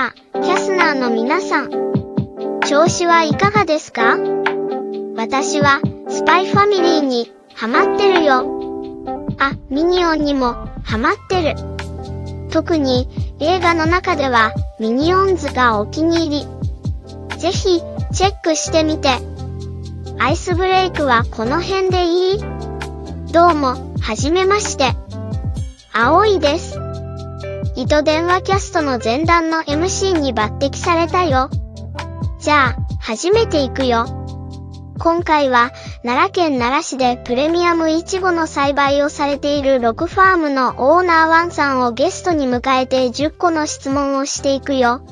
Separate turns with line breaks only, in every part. ナーの皆さん、調子はいかがですか私は、スパイファミリーに、ハマってるよ。あ、ミニオンにも、ハマってる。特に、映画の中では、ミニオンズがお気に入り。ぜひ、チェックしてみて。アイスブレイクはこの辺でいいどうも、はじめまして。青いです。糸電話キャストの前段の MC に抜擢されたよ。じゃあ、初めて行くよ。今回は、奈良県奈良市でプレミアムイチゴの栽培をされているロクファームのオーナーワンさんをゲストに迎えて10個の質問をしていくよ。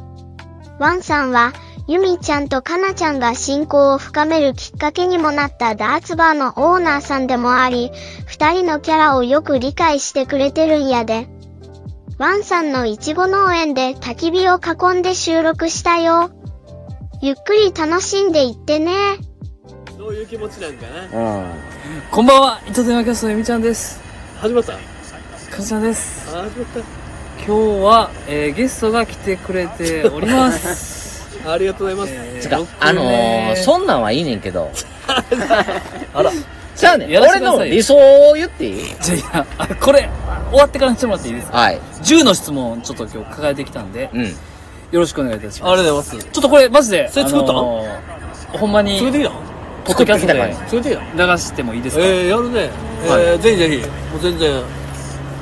ワンさんは、ユミちゃんとカナちゃんが親交を深めるきっかけにもなったダーツバーのオーナーさんでもあり、二人のキャラをよく理解してくれてるんやで。ワンさんのいちご農園で焚き火を囲んで収録したよ。ゆっくり楽しんでいってね。
どういう気持ちなんかな
うん。
こんばんは、糸電話キャストのゆみちゃんです。
始まったあ
かずちゃんです。
ー始まっ
今日は、えーゲストが来てくれており ます。
たありがとうございます、
つか
僕ね、
あのー、そんなんはいいねんけ ど。
あら、
じゃあねん、
やらせ
俺
てくださいよ
の理想を言っていい
じゃあいや、あこれ、あ終わってからしてもらっていいですか
はい。
?10 の質問、ちょっと今日抱えてきたんで、
うん。
よろしくお願いいたしま
あ
す。
りがとうございます
ちょっとこれ、マジで、
それ作った
のーほんまに、
連れてきた
ポッドキャストで
作ってき
流
の連れてきたの
してもいいですか、
えー、やるね、えー、ぜひぜひもう全然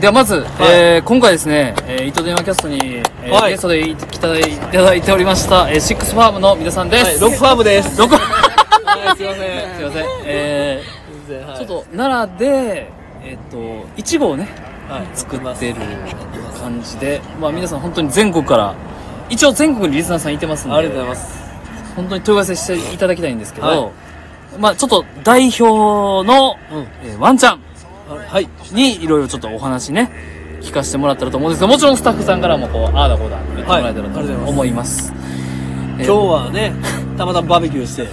ではまず、えー今回ですね、えー、糸電話キャストに、えー
はい
ゲストでいただいいただいておりました、えー、シックスファームの皆さんです。
はいロックファーム です
ロック
はいすいません
すいません。え
全然、は
ー、
い、
ちょっと奈良で、えっ、と、いちごをね、
はい
作ってる感じで、まあ皆さん本当に全国から、一応全国にリスナーさんいてますんで、
ありがとうございます
す。本当に問い合わせしていただきたいんですけど、
は
まあちょっと代表の、
うん
えーワンちゃん
あはい
にいろいろちょっとお話ね、聞かせてもらったらと思うんですけど、もちろんスタッフさんからもこう、ああだこうだ言ってもらえたらと思います。
今日はねたまたまバーベキューして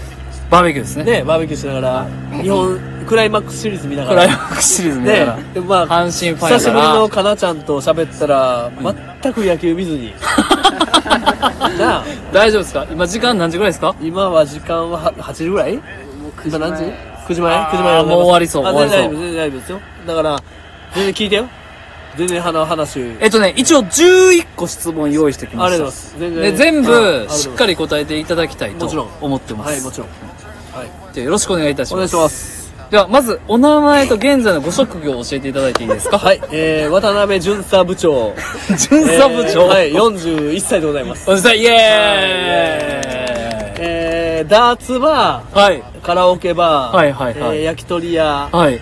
バーベキューですね。
ねバーベキューしながら日本クライマックスシリーズ見なが
クラ
ら
イマックスシリーズ見なが ら、
ねでまあ
阪神ファイナル
久しぶりのかなちゃんと喋ったら全く野球見ずに、 なあ
大丈夫ですか今時間何時ぐらいですか
今は時間はは8時ぐらい今何時 ?9 時前 ?9 時前
あーもう終わりそう
あ
終わりそう
全然大丈夫、全然大丈夫ですよ。だから、全然聞いてよ。全然話、話。
えっとね、一応11個質問用意してきま
あ
し
りがとうございま。す。
た
全
で全部しっか
り。
り答えていただきたいと
もちろん
思ってます。
はい、もちろん。はい。
でよろしくお願いいたし
お
ま
願い
す。
します。
では、まず、お名前と現在のご職業を教えていただいていいですか
はい、えー、渡辺巡査部長。
巡査部長。
えーはい、41歳でございます。
おじさん、イ
はい
エーイ
えー、ダーツバ
はい。
ー、カラオケバー、
はいはいはい
えー、焼き鳥屋、
はい。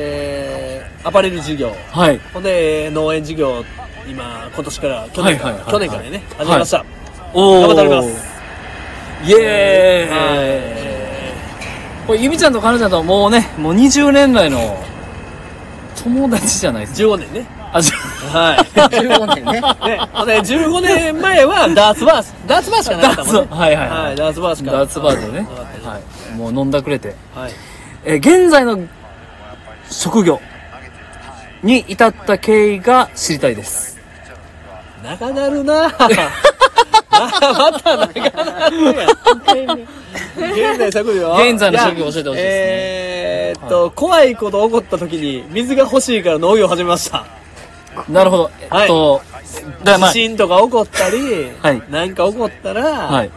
えー、アパレル事業、
はい。
ほんで、農園事業、今、今年から、去年か
はいはいはいは
ら、
い
去年からね、始めました。
お
頑張っております。
イエーイ
え
これ、ゆみちゃんとかなちゃんとはもうね、もう20年来の友達じゃないで
ー
すか。
15年ね。
あ、じゃ
はい。
15年ね。
ね、ほんで、15年前はダーツバース、ダーツバーしかなかった もんね。
はいはい
は、
はいい。
ダーツバーしか。
ダーツバーでね。
なかったです
はい。もう飲んだくれて。
はい。
えー現在の職業に至った経緯が知りたいです。
長なるなぁ。あまた長なるやん。現在職業
現在の職業教えてほしいですね
やえーっと、怖いこと起こった時に、水が欲しいから農業を始めました。
なるほど。えっと、だからまあ
地震とか起こったり、
はい
なんか起こったら、
はい。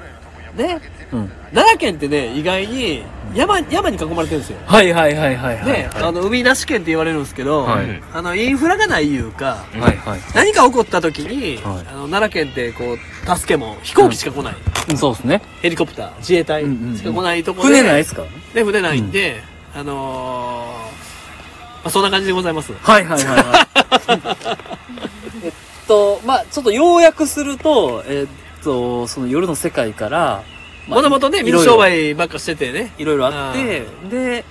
ね、
うん。
奈良県ってね、意外に山、山に囲まれてるんですよ。
はいはいはいはいはい。
ね、あの海なし県って言われるんですけど、
はい
あのインフラがないいうか、
はいはい。
何か起こった時に、
はい
あの奈良県ってこう助けも飛行機しか来ない、
うんそうですね。
ヘリコプター自衛隊
うんうんうん
しか来ないところで、
船ないですからね。
で船ないんで、あのーまあ、そんな感じでございます
はいはいはいはい。 えっと、まあちょっと要約すると、えっと、その夜の世界から、
もともとね
い
水
ろい
商
ろ
売ばっかしててね
いろいろあって、で、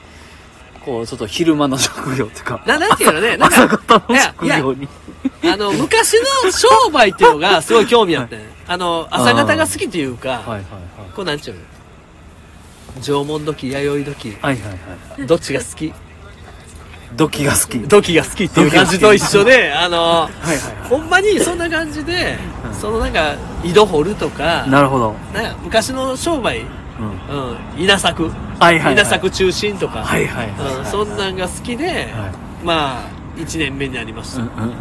こう、ちょっと昼間の職業とか、
ななんていうのねなん
朝
か
方の職業に。
あの昔の商売っていうのがすごい興味あって、 あの朝方が好きっていうか、
はいはいはい。
こうなんちゅうの縄文時弥生時
はいはいはい。
どっちが好き
土器が好き。
土器が好きっていう感じと一緒で、あの、
はいは
ほんまにそんな感じで、そのなんか、井戸掘るとか、
なるほど。
なんか昔の商売、
うん。
うん、稲作、
はいはい。
稲。作中心とか、
はいはい。
うん、そんなんが好きで、
はい
まあ、1年目になりまし
う
た。
んうんうんうんうん。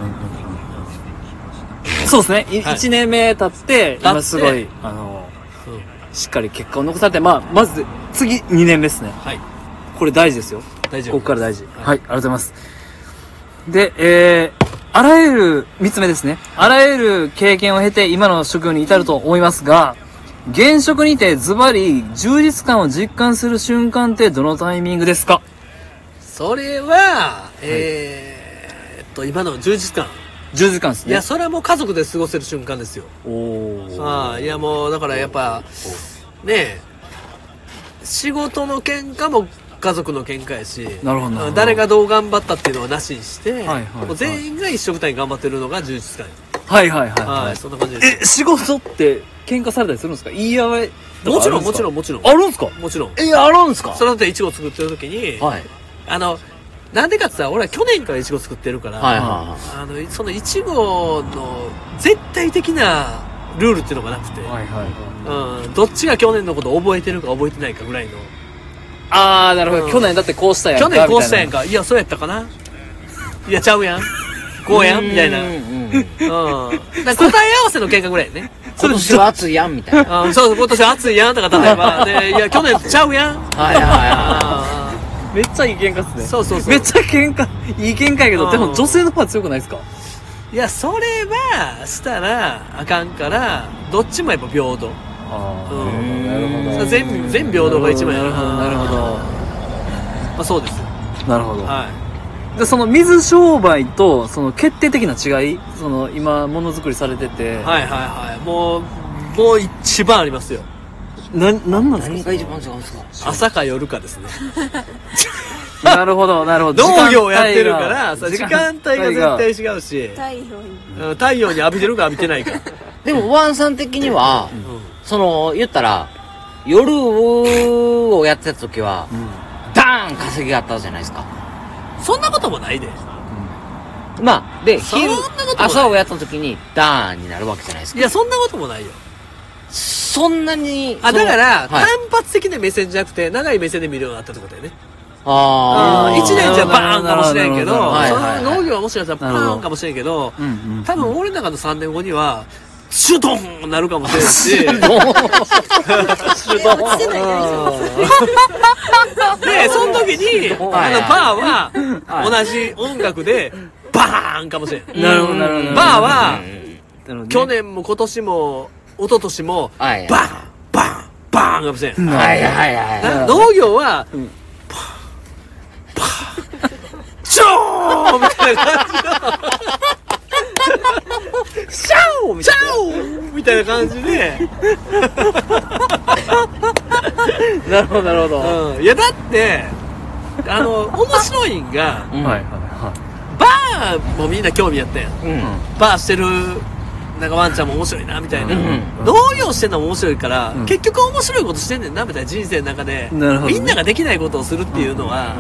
そうですね。い
はい
一年目経っ
経っ
て、今
て
すごい、あの、
うん
しっかり結果を残されて、まあ、まず、次、二年目ですね。
はい、
これ大事ですよ。
大丈夫。
ここから大事。
はい
はい、ありがとうございます。で、えー、あらゆる、三つ目ですね。あらゆる経験を経て今の職業に至ると思いますが、現職にてズバリ充実感を実感する瞬間ってどのタイミングですか
それは、えーっと、今の充実感。
充実感です
いや、
ね。
それはもう家族で過ごせる瞬間ですよ。
おー。
ああいやもうだからやっぱねえ仕事の喧嘩も家族の喧嘩やし
なるほどなるほど
誰がどう頑張ったっていうのはなしにして、
はいはい
もう全員が一緒くたに頑張ってるのが充実感
はいはいはい、
はい、
はい。
そんな感じです
え、仕事って喧嘩されたりするんですか言い合いとか
も
あ
ち
る
ろ
ん
んも
ですか
ちろんもちろん
あるんですか
もちろん
え、あるんですか
それだっていちご作ってる時に、
はい。
あのなんでかって言ったら俺は去年からいちご作ってるから、
はいはいはい
あのそのいちごの絶対的なルールっていうのがなくて、
はいはい。
うん、どっちが去年のことを覚えてるか覚えてないかぐらいの
あー、なるほど。
うん
去年だってこうしたやんか。
去年こうしたやん
み
か。いや、そうやったかな。いや、ちゃうやん。こう
たい
や
な。
んみたいな。
う
うん。
んうん
だから答え合わせの喧嘩ぐらいやね。
今年は暑いやん、みたい な。
うん、そう、今年暑いやんとか、例えば、でいや、去年ちゃうやん。
はいはいは。
あ
めっちゃいい喧嘩っすね。
そうそうそう
めっちゃ喧嘩、いい喧嘩やけ
う
ど、
ん
でも女性の方が強くないですか
ーいや、それは、したら、あかんから、どっちもやっぱ平等。
あ
うん。
なる
それ全、全平等が一番や
なるほど。
まあ、そうです。
なるほど。
は
で、その水商売と、その決定的な違い、その今、ものづくりされてて、
い。はいはいはい。もう、もう一番ありますよ。
な、なんない
何
んです
が一番違うんですか
朝か夜かですね。
かなるほど、なるほど。
農業やってるから、さ時間帯が
対。
絶対違うし。
太陽に
うん太陽に浴びてるか浴びてないか。
でも、ワンさん的には、その、言ったら、夜をやってた時は、ダーン稼ぎがあったじゃないですか。
そんなこともないで。
まあ、で、
そん
昼
なことない、
朝をやった時に、ダーンになるわけじゃないです
い
か。
や、そんなこともないよ。
そんなに、
あ、
その
だから、単
はい、
発的な目線じゃなくて、長い目線で見るようになったってことだよね。
あ
1
ー
年じゃバーンかもしれんけど、
な
そ
る
どなるほど
ほ
はいはい
の農業はもしかしたらバーンかもしれんけど、
うんうん。
多分俺の中の3年後には、シュドーンなるかもしれんし、で、
落ちてない大丈夫
その時に、あの、
はい
バーは、同じ音楽で、バーンかもしれん。
なるほど、なるほど。
バーは、
なるほどね
去年も今年も、一昨年も、バ
はい
ーン、バーン、バーンかもしれん。
はいはいはいはい。
な農業は、パーパージョーンみたいな感じのシャオみたいな感じで、
なるほど、なるほど。は
うん、いやだってあの面白いんが
い、はい、はい。
バーもみんな興味やったやん
うん。
バーしてるなんかワンちゃんも面白いなみたいな、
うん
農業してんのも面白いから、
ん
結局面白いことしてんねんなみたいな人生の中で、
なるほどね
みんなができないことをするっていうのは、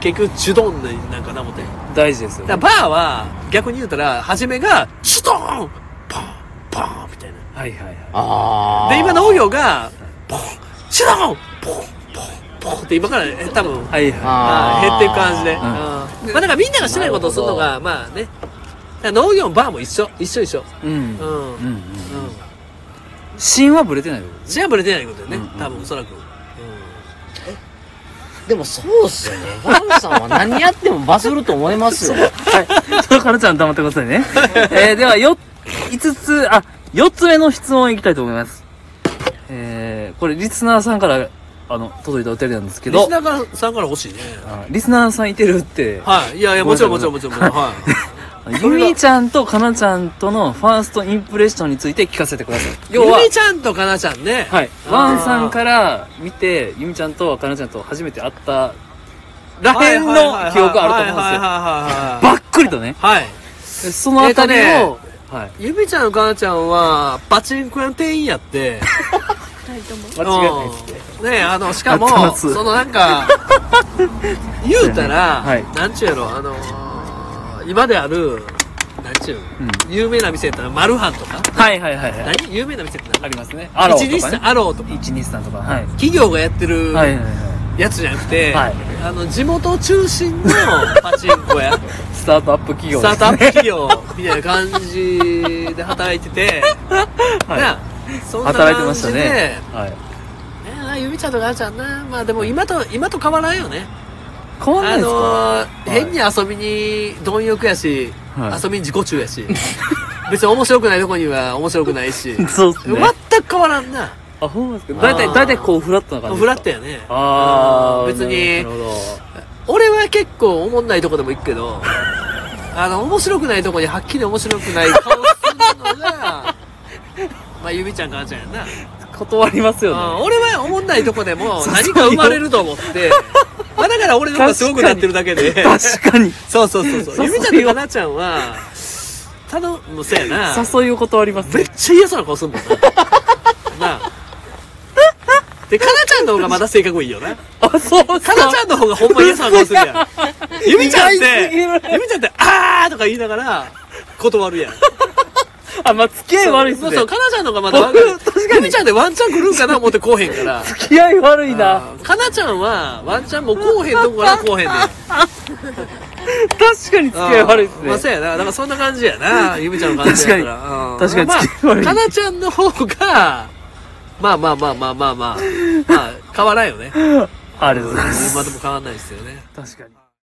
結局チュドンなんかな思って
大事ですよ。
だからバーは逆に言うたら初めがシュトーンポンポンみたいな
はいはい
あー。
で今農業がポンシュトーンポンポンポンって今からえ多分
はい。はいは
あ
あ
ー
ー
減っていく感じで、
ん
うんまあなんかみんながしてないことをするのがまあねだから農業もバーも一緒一緒一緒
い。うん
う。ん、うん
うん。芯はぶれてない
じゃあブレてないことよね、
うんうん
多分おそらく、うん
でもそうっすよね。ワンさんは何やってもバズると思います よ。
はい。そう、かなちゃん黙ってくださいね。えー、では、よ、五つ、あ、四つ目の質問いきたいと思います。えー、これ、リスナーさんから、あの、届いたお便りなんですけ
リ
ど
ス、ナーさんから欲しいね
あリスナーさんいてるって、
はいいやいやもちろんもちろんもちろんもちろんはい
ゆみちゃんとかなちゃんとのファーストインプレッションについて聞かせてください。要は
ゆ、みちゃんとかなちゃんね
はい。ワンさんから見て、ゆみちゃんとかなちゃんと初めて会った、らへんの記憶あると思うんですよ。
思
ばっくりとね。
はいはいはいはいはいはい。
そのあたりを、はい。
ゆみちゃんの母ちゃんは、パチンコ屋の店員やって、
二人とも
間違いないですね。
うんねあのしか
あった
も
なつ
そのなん か言うたら、
はい
なんちゅうやろあのー今であるなんちゅう、
う
有名な店やったらマルハンとか
はいはいはいはい。
何有名な店って何
ありますね。アローとか、ね。
123アローとか
123とか。はい。
企業がやってる
はいはいは
やつじゃなくて、
はい
あの地元中心のパチンコ 屋
い。スタートアップ企業
ス
で
タ
す、ね。
ートアップ企業みたいな感じで働いてて、
はい
なそんな
働いて
感
まし
じ
た
で、
ね。はい。
ねあゆみちゃんとかあーちゃんなまあでも今と今と変わらんよね
変わんな
あ
いですか、
のー変に
はい
遊びに貪欲やし、
はい
遊びに自己中やし 別に面白くないとこには面白くないし
そうっす ね。
全く変わらんな
あ、ほんまですか大体、
あー
大体こうフラットな感じです
フ
か
ラットやね
あ
う
あ。
ん別に
なるほど。
俺は結構おもんないとこでも行くけ どあの面白くないとこにはっきり面白くない顔するのがまあゆみちゃんかあーちゃんやな
断りますよね。
うん俺は思んないとこでも何か生まれると思って、まあだから俺の方がすごくなってるだけで。
確かに。
そうそうそうそう。ゆみちゃんとかなちゃんは、ただ、もうそうやな。
誘いを断ります
めっ
ね。
ちゃ嫌そうな顔すんもんな。なあ。で、かなちゃんの方がまだ性格いいよな。
あ、そうっす
か
か
なちゃんの方がほんま嫌そうな顔するやん。ゆみちゃんっ
意外すぎ
て、
る
ゆみちゃんって、あーとか言いながら、断るやん。
あ、まあ、付き合い悪いっす
そう
ね。
そう、かなちゃんの方がまだわか
僕確
る。ゆみちゃんってワンチャン来るんかな思ってこうへんから。
付き合い悪いな。
あーかなちゃんはワンちゃんもこうへんとこからこう へんで
確かに付き合い悪いっすね。
まあそうやなだからそんな感じや なゆみちゃんの感じやから
確
うんま
かに
あ
確かに
かなちゃんの方がまあまあまあまあまあまあまあ変わらんよね
ありがとうございます。
まあでも変わらないですよね
確かに。